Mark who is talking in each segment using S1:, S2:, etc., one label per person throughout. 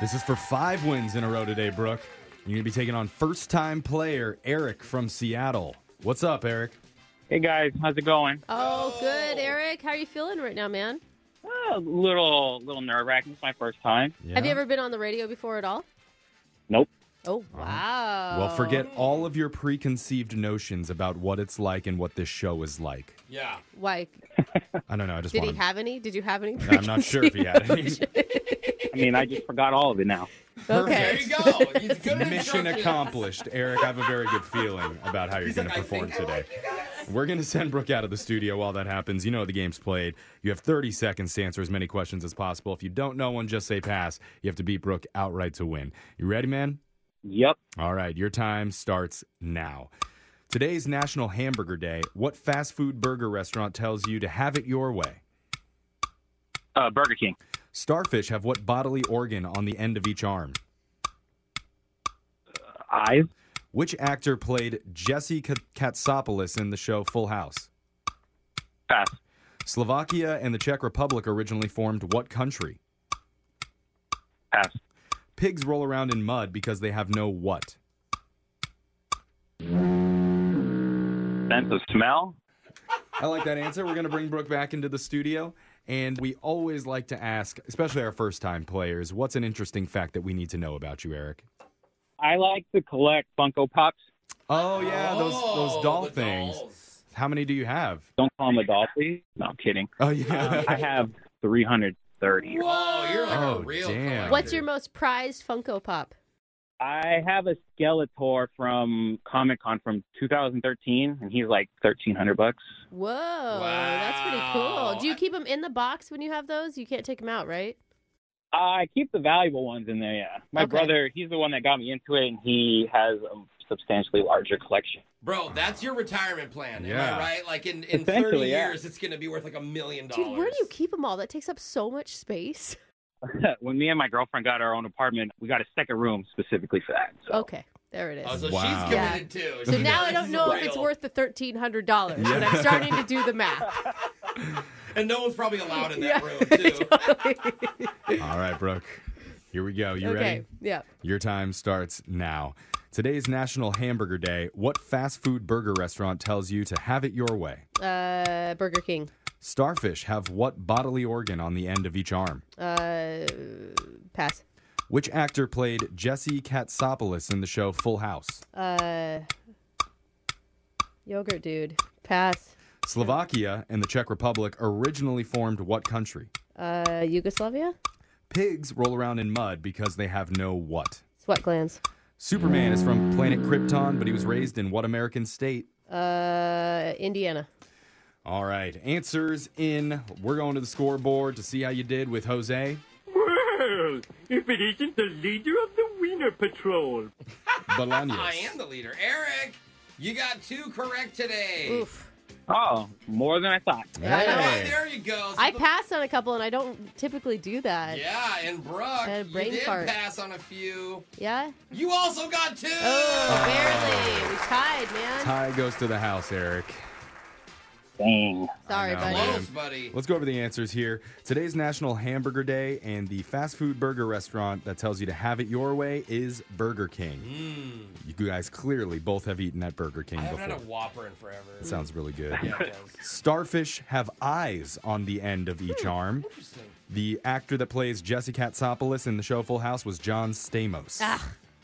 S1: This is for five wins in a row today, Brooke. You're going to be taking on first time player Eric from Seattle. What's up, Eric?
S2: Hey guys, how's it going?
S3: Oh, good, Eric. How are you feeling right now, man?
S2: Uh, a little, little nerve wracking. It's my first time.
S3: Have you ever been on the radio before at all?
S2: Nope.
S3: Oh, wow.
S1: Uh-huh. Well, forget all of your preconceived notions about what it's like and what this show is like.
S4: Yeah.
S3: Like,
S1: I don't know. I just
S3: did
S1: want
S3: he
S1: to-
S3: have any? Did you have any?
S1: I'm not sure if he had any.
S2: I mean, I just forgot all of it now.
S4: There
S3: Okay.
S4: you go. He's good at
S1: Mission
S4: instructions.
S1: accomplished. Eric, I have a very good feeling about how you're going to
S4: like, "I
S1: perform
S4: think I
S1: today. We're going to send Brooke out of the studio while that happens. You know the game's played. You have 30 seconds to answer as many questions as possible. If you don't know one, just say pass. You have to beat Brooke outright to win. You ready, man?
S2: Yep.
S1: All right, your time starts now. Today's National Hamburger Day. What fast food burger restaurant tells you to have it your way?
S2: Uh, Burger King.
S1: Starfish have what bodily organ on the end of each arm?
S2: Eyes.
S1: Which actor played Jesse Ka- Katsopoulos in the show Full House?
S2: Pass.
S1: Slovakia and the Czech Republic originally formed what country?
S2: Pass.
S1: Pigs roll around in mud because they have no what?
S2: Sense of smell.
S1: I like that answer. We're going to bring Brooke back into the studio. And we always like to ask, especially our first time players, what's an interesting fact that we need to know about you, Eric?
S2: I like to collect Funko Pops.
S1: Oh, yeah, those,
S4: Oh,
S1: those doll
S4: the
S1: things.
S4: dolls.
S1: How many do you have?
S2: Don't call them a doll, please. No, I'm kidding.
S1: Oh, yeah.
S2: I have 330.
S4: Oh, you're like
S1: Oh,
S4: a real
S1: damn.
S4: collector.
S3: What's your most prized Funko Pop?
S2: I have a Skeletor from Comic Con from 2013, and he's like 1300 bucks.
S3: Whoa, that's pretty cool.
S4: Wow.
S3: Do you keep them in the box when you have those? You can't take them out, right?
S2: I keep the valuable ones in there. Yeah, my
S3: Okay.
S2: brother, he's the one that got me into it, and he has a substantially larger collection.
S4: Bro, that's your retirement plan.
S1: Yeah.
S4: Am I right? Like in, in 30
S2: Essentially, yeah.
S4: years, it's going to be worth like a million dollars.
S3: Dude, where do you keep them all? That takes up so much space.
S2: when me and my girlfriend got our own apartment, we got a second room specifically for that. So.
S3: Okay, there it
S4: Oh,
S3: is.
S4: so
S1: Wow.
S4: she's committed too.
S3: So
S4: She's
S3: now I
S4: like,
S3: don't
S4: "This
S3: know
S4: is
S3: if it's
S4: real."
S3: worth the $1,300, but I'm starting to do the math.
S4: And no one's probably allowed in that
S3: Yeah.
S4: room too.
S1: Uh, All right, Brooke. Here we go. You
S3: okay,
S1: ready?
S3: yeah.
S1: Your time starts now. Today's National Hamburger Day. What fast food burger restaurant tells you to have it your way?
S3: Uh, Burger King.
S1: Starfish have what bodily organ on the end of each arm?
S3: Uh, pass.
S1: Which actor played Jesse Katsopoulos in the show Full House?
S3: Uh, yogurt, dude. Pass.
S1: Slovakia and the Czech Republic originally formed what country?
S3: Uh, Yugoslavia.
S1: Pigs roll around in mud because they have no what?
S3: Sweat glands.
S1: Superman is from planet Krypton, but he was raised in what American state?
S3: Uh, Indiana.
S1: All right, answers in. We're going to the scoreboard to see how you did with Jose.
S5: Well, if it isn't the leader of the Wiener Patrol.
S1: Bolaños.
S4: I am the leader. Eric, you got two correct today.
S3: Oof.
S2: Oh, more than I thought.
S3: I
S4: All
S3: know.
S4: right,
S1: Hey.
S4: there you go. So
S3: I
S4: the-
S3: passed on a couple, and I don't typically do that.
S4: Yeah, and Brooke,
S3: had a brain
S4: you did
S3: fart.
S4: pass on a few.
S3: Yeah?
S4: You also got two.
S3: Oh, barely. We tied, man.
S1: Tie goes to the house, Eric.
S2: Dang.
S3: Sorry,
S1: know,
S3: buddy.
S1: man.
S4: Close, buddy.
S1: Let's go over the answers here. Today's National Hamburger Day, and the fast food burger restaurant that tells you to have it your way is Burger King. You guys clearly both have eaten at Burger King
S4: Hmm. I haven't
S1: before.
S4: had a Whopper in forever.
S1: Sounds really good.
S4: Yeah, it does.
S1: Starfish have eyes on the end of each arm.
S4: Hmm. Interesting.
S1: The actor that plays Jesse Katsopoulos in the show Full House was John Stamos.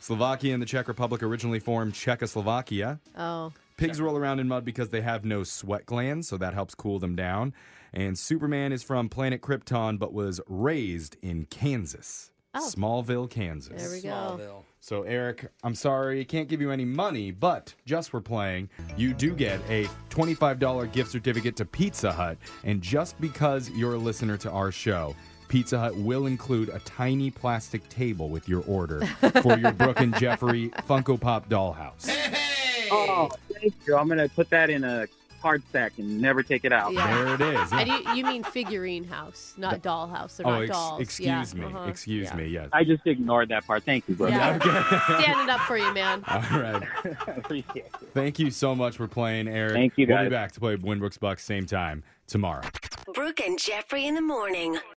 S1: Slovakia and the Czech Republic originally formed Czechoslovakia.
S3: Oh.
S1: Pigs roll around in mud because they have no sweat glands, so that helps cool them down. And Superman is from planet Krypton, but was raised in Kansas,
S3: Oh.
S1: Smallville, Kansas.
S3: There we go.
S4: Smallville.
S1: So, Eric, I'm sorry, can't give you any money, but just we're playing, you do get a $25 gift certificate to Pizza Hut. And just because you're a listener to our show, Pizza Hut will include a tiny plastic table with your order for your Brooke and Jeffrey Funko Pop dollhouse.
S4: Hey!
S2: Oh, thank you. I'm gonna put that in a card stack and never take it out.
S3: Yeah.
S1: There it is.
S3: And you, you mean figurine house, not doll house. They're
S1: Oh,
S3: not
S1: ex-
S3: dolls.
S1: excuse
S3: Yeah,
S1: me.
S3: uh-huh.
S1: Excuse
S3: Yeah.
S1: me. Yes.
S2: I just ignored that part. Thank you, bro.
S3: Yeah. Standing up for you, man.
S1: All right.
S2: Appreciate it.
S1: Thank you so much for playing, Eric.
S2: Thank you,
S1: We'll be
S2: guys.
S1: back to play Winbrooks Bucks same time tomorrow.
S6: Brooke and Jeffrey in the morning.